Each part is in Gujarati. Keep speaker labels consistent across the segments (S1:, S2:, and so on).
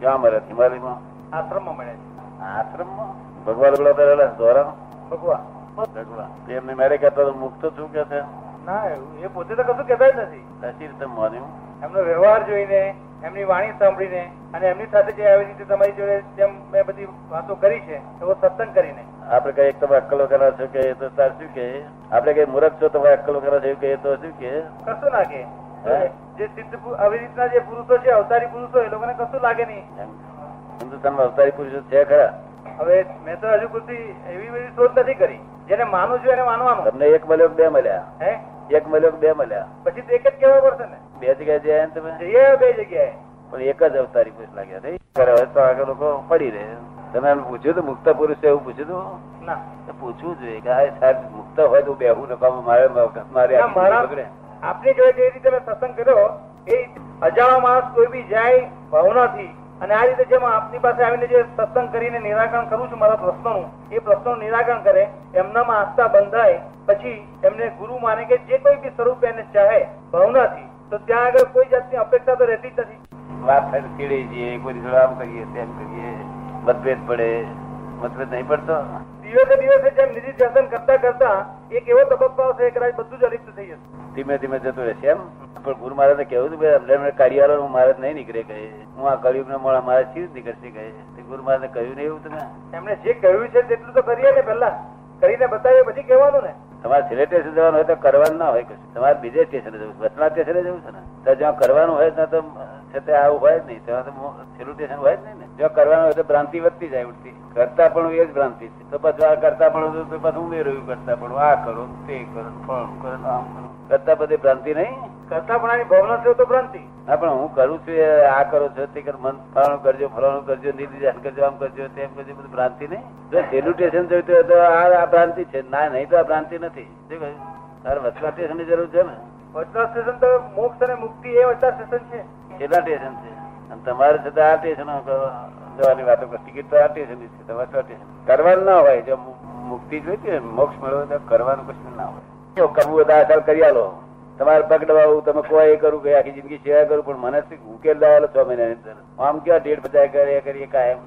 S1: ક્યાં મળ્યા હિમાલયમાં
S2: આશ્રમમાં મળે છે
S1: આશ્રમમાં ભગવાન પેલા પહેરેલા ધોરણ
S2: ભગવાન
S1: ભગવાન તે એમને મેરે કહેતા તો મુક્ત છું કે છે
S2: ના એ પોતે તો કશું કહેતા જ નથી
S1: કશી રીતે માન્યું
S2: એમનો વ્યવહાર જોઈને એમની વાણી સાંભળીને અને એમની સાથે જે આવી રીતે તમારી જોડે જેમ મેં બધી વાતો કરી છે એવો સત્સંગ કરીને
S1: આપણે કઈ એક તમે અક્કલો કરા છો કે એ તો તાર શું કે આપણે કઈ મૂરખ છો તમે અક્કલો કરા છો કે એ તો શું કે
S2: કશું લાગે
S1: હે?
S2: જે સિદ્ધ પુ- આવી રીતના જે પુરુષો છે અવતારી પુરુષો એ લોકોને કશું લાગે નહીં
S1: એમ. હિન્દુસ્તાનમાં અવતારી પુરુષો છે ખરા
S2: હવે મેં તો હજુ સુધી એવી બધી શોધ નથી કરી જેને માનું છું એને માનવાનું
S1: તમને એક મળ્યો કે બે મળ્યા
S2: હે
S1: એક મળ્યો કે બે મળ્યા
S2: પછી તો એક જ કહેવા પડશે ને
S1: બે જગ્યાએ જયા ને તમે
S2: જઈએ હવે બે જગ્યાએ
S1: પણ એક જ અવતારી પુરુષ લાગ્યા રે ખરા હોય તો આગળ લોકો પડી રહે તમે એમ પૂછ્યું હતું મુક્ત પુરુષ છે એવું પૂછ્યું હતું
S2: ના
S1: તો પૂછવું જોઈએ કે હા સાહેબ મુક્ત હોય તો હું બેહું નકામ મારે મારે
S2: ના, મારા-
S1: બગડે.
S2: આપની જોડે જે રીતે મેં સત્સંગ કર્યો એ અજાણો માણસ કોઈ બી જાય ભાવનાથી અને આ રીતે જેમ આપની પાસે આવીને જે સત્સંગ કરીને નિરાકરણ કરું છું મારા પ્રશ્નોનું એ પ્રશ્નોનું નિરાકરણ કરે એમનામાં આસ્થા બંધાય પછી એમને ગુરુ માને કે જે કોઈ બી સ્વરૂપ એને ચાહે ભાવનાથી તો ત્યાં આગળ કોઈ જાતની અપેક્ષા તો રહેતી જ નથી
S1: વાત થાય તો ચીડીએ છીએ કોઈ દિવસ આમ કરીએ તેમ કરીએ મતભેદ પડે મતભેદ નહીં પડતો
S2: દિવસે દિવસે જેમ નિધિ જતન કરતા કરતા એક એવો તબક્કો આવશે કે કદાચ બધું જ અલિપ્ત થઈ જશે
S1: ધીમે ધીમે જતું રહેશે એમ પણ ગુરુ મહારાજ કેવું હતું કે અમને અમને કાર્યાલય હું મારે નહીં નીકળે કહે હું આ કળિયુગ ને મળે મારે ચીજ નીકળશે કહે તે ગુરુ મહારાજ કહ્યું નહીં એવું તમે
S2: એમણે જે કહ્યું છે તેટલું તો કરીએ ને પહેલા કરીને બતાવીએ પછી કહેવાનું ને
S1: તમારે છેલ્લે સ્ટેશન જવાનું હોય તો કરવાનું ના હોય કશું તમારે બીજે સ્ટેશને જવું છે વચના સ્ટેશને જવું છે ને તો જ્યાં કરવાનું હોય ત્યાં તો છે તે આવું હોય જ નહીં ત્યાં તો મો- છેલ્લું સ્ટેશન હોય જ નહીં ને જ્યાં કરવાનું હોય તો ભ્રાંતિ વધતી જાય ઉઠતી કરતા પણ એ જ ભ્રાંતિ છે તો પછી આ કરતા પણ તો પાછું ઉમેર્યું કરતા પણ આ કરો તે કરો ફળ કરો આમ કરો કરતા બધી ભ્રાંતિ નહીં
S2: કરતા પણ આની ભાવના છે તો ભ્રાંતિ
S1: હા પણ હું કરું છું એ આ કરું છું તે કર મન ફલાણું કરજો ફલાણું કરજો નીતિ ધ્યાન કરજો આમ કરજો તેમ કરજો બધું ભ્રાંતિ નહીં જો છેલ્લું સ્ટેશન જોઈતું હોય તો આ આ ભ્રાંતિ છે ના નહીં તો આ ભ્રાંતિ નથી શું કહ્યું તારે વચલા સ્ટેશનની જરૂર છે ને
S2: વચલા સ્ટેશન તો મોક્ષ અને મુક્તિ એ વચલા સ્ટેશન છે
S1: કેટલા સ્ટેશન છે અને તમારે છતાં આ સ્ટેશન જવાની વાતો કરો ટિકિટ તો આ સ્ટેશનની છે તમારે તો આ સ્ટેશન કરવાનું ના હોય જો મુ- મુક્તિ જોઈતી હોય ને, મોક્ષ મળ્યો તો કરવાનું કશું ના હોય જો કરવું હોય તો આ સાલ કરી આલો તમારે પગ દબાવું તમે કહો એ કરું કે આખી જિંદગી સેવા કરું પણ મને શું ઉકેલ લાવેલો છ મહિનાની અંદર આમ કેવા ડેઢ પચાસ કરે એ કરીએ કાયમ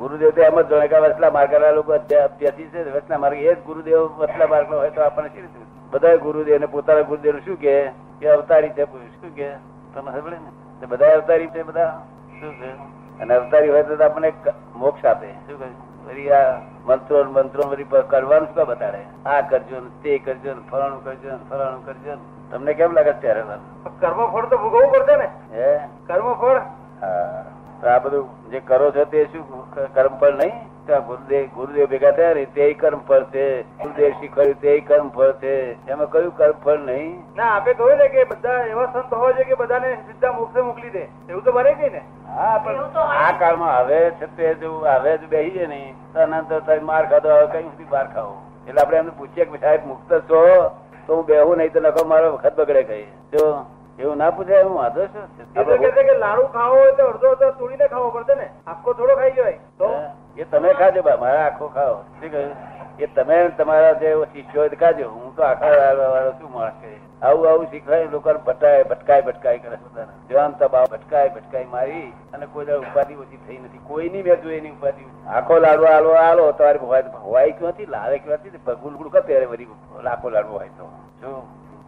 S1: ગુરુદેવ તો એમ જ જણે કે વચલા માર્ગના લોકો અત્યા- અત્યારથી છે વચલા માર્ગ એ જ ગુરુદેવ વચલા માર્ગનો હોય તો આપણને શી રીતે બધા ગુરુદેવ ને પોતાના ગુરુદેવ શું કે કે અવતારી છે પુરુષ. શું કે તમે સાંભળે ને તો બધા અવતારી છે બધા શું છે અને અવતારી હોય તો આપણને ક- મોક્ષ આપે શું કહ્યું વળી આ મંત્રો ને મંત્રો ને વળી પ- કરવાનું શું કામ બતાડે આ કરજો ને તે કરજો ને ફલાણું કરજો ને ફલાણું કરજો ને. તમને કેમ લાગે છે ત્યારે વાત?
S2: પણ કર્મ ફળ તો ભોગવવું પડશે ને
S1: હે
S2: કર્મ ફળ
S1: હા તો આ બધું જે કરો છો તે શું ક- કર્મ ફળ નહીં તો આ ગુરુદેવ ગુરુદેવ ભેગા થયા ને તે કર્મ ફળ છે ગુરુદેવ શીખવાડ્યું તે કર્મ ફળ છે એમાં કયું કર્મ ફળ નહીં
S2: ના આપે કહ્યું ને કે બધા એવા સંત હોવા જોઈએ કે બધાને સીધા મોક્ષે મોકલી દે એવું તો બને જ નહીં ને
S1: હા પણ આ કાળમાં હવે છે તે જો હવે જ બેસી જાય ને તો અનંત અવતારી માર ખાધો હવે કઈ સુધી માર ખાવો એટલે આપણે એમને પૂછીએ કે સાહેબ મુક્ત છો તો હું બેહું નહીં તો નખો મારો વખત બગડે કઈ જો એવું ના પૂછાય એવું વાંધો શું છે?
S2: એ તો કહે છે કે લાડુ ખાવો હોય તો અડધો અડધો તોડીને ખાવો પડશે ને આખો થોડો ખાઈ જવાય તો
S1: એ તમે ખાજો બા મારા આખો ખાઓ શું કહ્યું એ તમે તમારા જે શિષ્યો હોય તો ખાજો હું તો આખા વાળો વાળો શું માણસ કહે આવું આવું શીખવાય લોકો ભટકાય ભટકાય ભટકાય કરે પોતાને જવાન તબાવ ભટકાય ભટકાય મારી અને કોઈ દાડો ઉપાધિ ઓછી થઈ નથી કોઈની મેં જોઈ એની ઉપાધિ આખો લાડવો આલો આલો તમારે હોય હોય ક્યાંથી લાવે ક્યાંથી ભગુલ ગુડ કપ ત્યારે વળી લાખો લાડવો હોય તો જો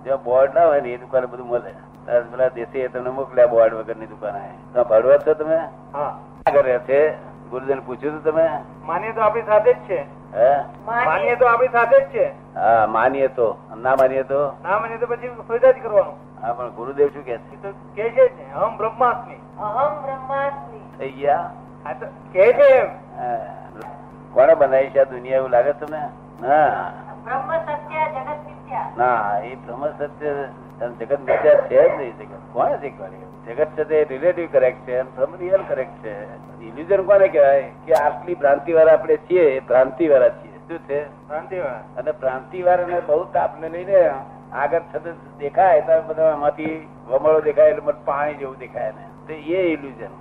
S1: જ્યાં બોર્ડ ના હોય ને એ દુકાને બધું મળે તારે પેલા દેશે તમને મોકલ્યા બોર્ડ વગરની દુકાને ત્યાં ભરવા છો તમે
S2: હા
S1: આગળ રહે છે ગુરુદેવને પૂછ્યું હતું તમે
S2: માનીએ તો આપણી સાથે જ છે
S1: હે
S2: માનીએ તો આપણી સાથે જ છે
S1: હા માનીએ તો ના માનીએ તો
S2: ના માનીએ તો પછી ફોયદા જ કરવાનું
S1: હા પણ ગુરુદેવ શું કે
S2: એ તો કે છે જ ને અહમ બ્રહ્માસ્મી
S3: અહમ બ્રહ્માસ્મિ
S1: થઈ ગયા
S2: આ તો કે છે એમ
S1: હા. કોણે બનાવી છે આ દુનિયા એવું લાગે છે તમને ના
S3: બ્રહ્મ સત્ય જગત મિથ્યા
S1: ના એ બ્રહ્મ સત્ય અને જગત મિથ્યા છે જ નહીં જગત કોણે શીખવાડ્યું જગત છે તે રિલેટિવ કરેક્ટ છે અને બ્રહ્મ રિયલ કરેક્ટ છે ઇલ્યુઝન કોને કહેવાય કે આટલી ભ્રાંતિ વાળા આપણે છીએ ભ્રાંતિ વાળા છીએ શું છે
S2: શાંતિવાળા
S1: અને ભ્રાંતિવાર અને બહુ તાપને લઈને આગળ થતું દેખાય તો બધા એમાંથી વમળો દેખાય એટલે મને પાણી જેવું દેખાય ને તો એ ઇલ્યુઝન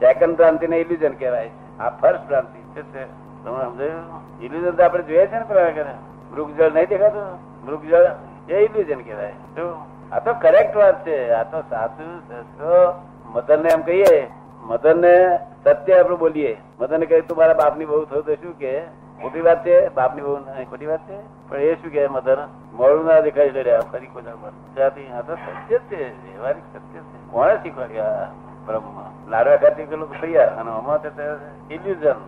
S1: સેકન્ડ ભ્રાંતિ ને ઇલ્યુઝન કહેવાય છે આ ફર્સ્ટ ભ્રાંતિ છે તે. તમને સમજાયું ઇલ્યુઝન તો આપણે જોઈએ છે ને પેલા આગળ. મૃગજળ નહીં દેખાતું મૃગજળ એ ઇલ્યુઝન કહેવાય શું? આ તો કરેક્ટ વાત છે આ તો સાચું સસ્તો મધર ને એમ કહીએ મધર ને સત્ય આપણે બોલીએ મેં તને કહ્યું તું મારા બાપની બહુ થયું તો શું કે ખોટી વાત છે બાપની બહુ નહીં, ખોટી વાત છે પણ એ શું કે મધર મોડું ના દેખાય લડ્યા ફરી કોના પર ત્યાંથી આ તો સત્ય જ છે વ્યવહારિક સત્ય છે કોણે શીખવાડ્યા બ્રહ્મમાં લાડવા ખાતી પેલું તૈયાર અને અમારે ઇલ્યુઝન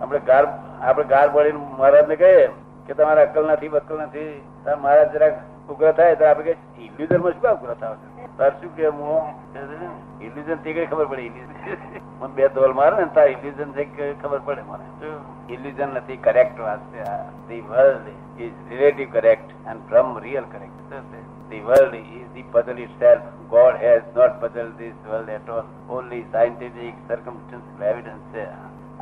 S1: આપણે ગાર આપણે ગાર પડીને મહારાજને કહીએ કે તમારા અક્કલ નથી બક્કલ નથી તાર મહારાજ જરાક ઉગ્ર થાય તો આપણે કે ઇલ્યુઝન માં શું કામ ઉગ્ર થાવ છો? તાર શું કે હું ઇલ્યુઝન થી કઈ ખબર પડે illusion. મને બે ધોલ મારે ને તાર illusion છે કે ખબર પડે મને ઇલ્યુઝન નથી કરેક્ટ વાત છે આ the world is relative correct and from real correct the world is the puzzle itself God has not puzzle this world at all only scientific circumstance evidence છે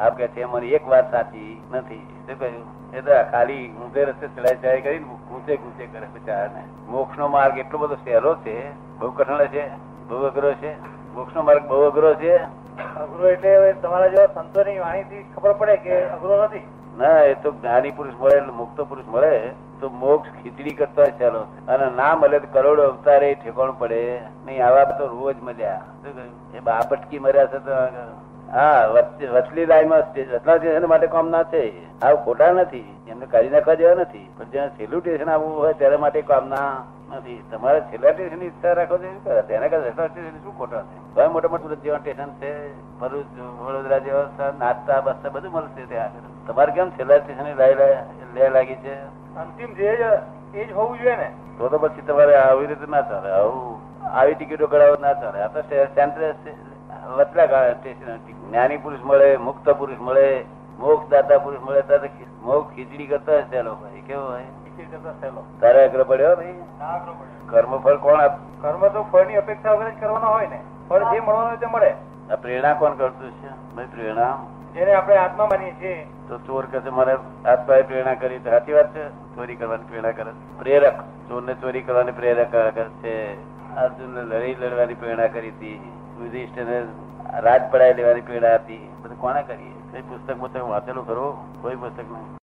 S1: આપ કે છે અમારી એક વાત સાચી નથી શું કહ્યું એ તો આ ખાલી ઊંધે રસ્તે ચડાઈ ચડાઈ કરીને ગુંચે ગુંચે કરે બિચારાને મોક્ષ નો માર્ગ એટલો બધો સહેલો છે બહુ કઠણ છે બહુ અઘરો છે મોક્ષ નો માર્ગ બહુ અઘરો છે
S2: અઘરો એટલે હવે તમારા જેવા સંતોની વાણીથી ખબર પડે કે અઘરો નથી
S1: ના એ તો જ્ઞાની પુરુષ મળે એટલે મુક્ત પુરુષ મળે તો મોક્ષ ખીચડી કરતા ચાલો અને ના મળે તો કરોડો અવતારે ઠેકાણું પડે નહીં આવા તો રોજ મળ્યા શું કહ્યું? એ બાપટકી મર્યા છે તો હા વચ- વચલી લાઈનમાં રચના સ્ટેશન માટે કામ ના છે આવું ખોટા નથી એમને કાઢી નાખવા જેવા નથી પણ જ્યાં છેલ્લું સ્ટેશન આવવું હોય તેના માટે કામ ના નથી તમારે છેલ્લા સ્ટેશન ઈચ્છા રાખો તો શું કરે તેના કરતા રચના સ્ટેશન શું ખોટા છે હવે મોટા મોટા સુરત જેવા સ્ટેશન છે ભરૂચ વડોદરા જેવા સ્થળ, નાસ્તા બસ્તા બધું મળશે ત્યાં આગળ. તમારે કેમ છેલ્લા સ્ટેશન લે લાગી છે
S2: અંતિમ ધ્યેય જ એ જ હોવું જોઈએ ને
S1: તો તો પછી તમારે આવી રીતે ના ચાલે આવું આવી ટિકિટો કરાવવા ના ચાલે આ તો સ્ટે- સેન્ટ્રલ સ્ટે- વચલા ગાળા સ્ટેશન હતી. જ્ઞાની પુરુષ મળે મુક્ત પુરુષ મળે મોક્ષ દાતા પુરુષ મળે ત્યારે ખી- મોક્ષ ખીચડી કરતા હશે આ લોકો કેવો હોય
S2: નીચે જતા સહેલો.
S1: તારે અગ્ર પડ્યો ભાઈ
S2: ના અઘરો પડે.
S1: કર્મફળ કોણ આપ
S2: કર્મ તો ફળની અપેક્ષા વગર જ કરવાનો હોય ને ફળ જે મળવાનું હોય તે મળે
S1: આ પ્રેરણા કોણ કરતું છે ભાઈ પ્રેરણા
S2: જેને આપણે આત્મા માનીએ છીએ
S1: તો ચોર કહે છે, મારે આત્માએ પ્રેરણા કરી તો સાચી વાત છે ચોરી કરવાની પ્રેરણા કરે છે. પ્રેરક ચોરને ચોરી કરવાની પ્રેરક કરે છે અર્જુનને લડાઈ લડવાની પ્રેરણા કરી હતી યુધિષ્ઠિરને રાજ પડાઈ લેવાની પ્રેરણા હતી બધું કોણે કરી કઈ પુસ્તક પુસ્તક વાંચેલું ખરું કોઈ પુસ્તક નહીં